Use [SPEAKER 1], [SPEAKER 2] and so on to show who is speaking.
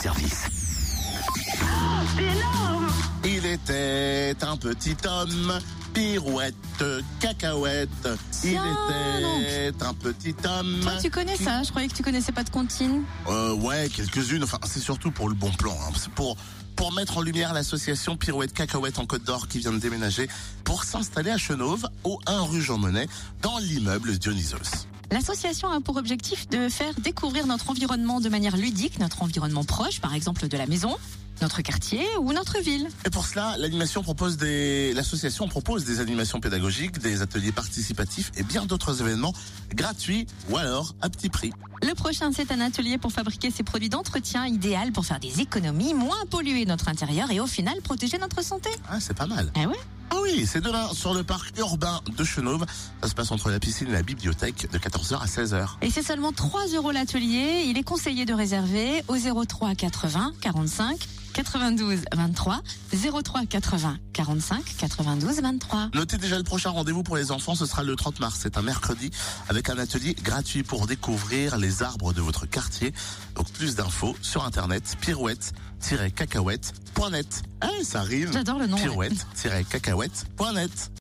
[SPEAKER 1] service. Il était un petit homme, pirouette, cacahuète. Il
[SPEAKER 2] Tiens,
[SPEAKER 1] était un petit homme.
[SPEAKER 2] Toi, tu connais ça hein, Je croyais que tu connaissais pas de comptine.
[SPEAKER 1] Euh, ouais, quelques-unes. Enfin, c'est surtout pour le bon plan. hein. C'est pour pour mettre en lumière l'association Pirouette Cacahuète en Côte d'Or qui vient de déménager pour s'installer à Chenauve, au 1 rue Jean Monnet, dans l'immeuble Dionysos.
[SPEAKER 2] L'association a pour objectif de faire découvrir notre environnement de manière ludique, notre environnement proche, par exemple de la maison, notre quartier ou notre ville.
[SPEAKER 1] Et pour cela, l'animation propose des l'association propose des animations pédagogiques, des ateliers participatifs et bien d'autres événements gratuits ou alors à petit prix.
[SPEAKER 2] Le prochain, c'est un atelier pour fabriquer ces produits d'entretien idéal pour faire des économies, moins polluer notre intérieur et au final protéger notre santé.
[SPEAKER 1] Ah, c'est pas mal.
[SPEAKER 2] Ah ouais
[SPEAKER 1] Ah oui, c'est demain sur le parc urbain de Chenauve. Ça se passe entre la piscine et la bibliothèque de 14h à 16h.
[SPEAKER 2] Et c'est seulement 3 euros l'atelier. Il est conseillé de réserver au 03 80 45 92 23 03 80 45 92 23.
[SPEAKER 1] Notez déjà le prochain rendez-vous pour les enfants, ce sera le 30 mars, c'est un mercredi, avec un atelier gratuit pour découvrir les arbres de votre quartier. Donc plus d'infos sur internet pirouette-cacahuète.net. Eh, ça arrive
[SPEAKER 2] J'adore le nom. ouais.
[SPEAKER 1] Pirouette-cacahuète.net.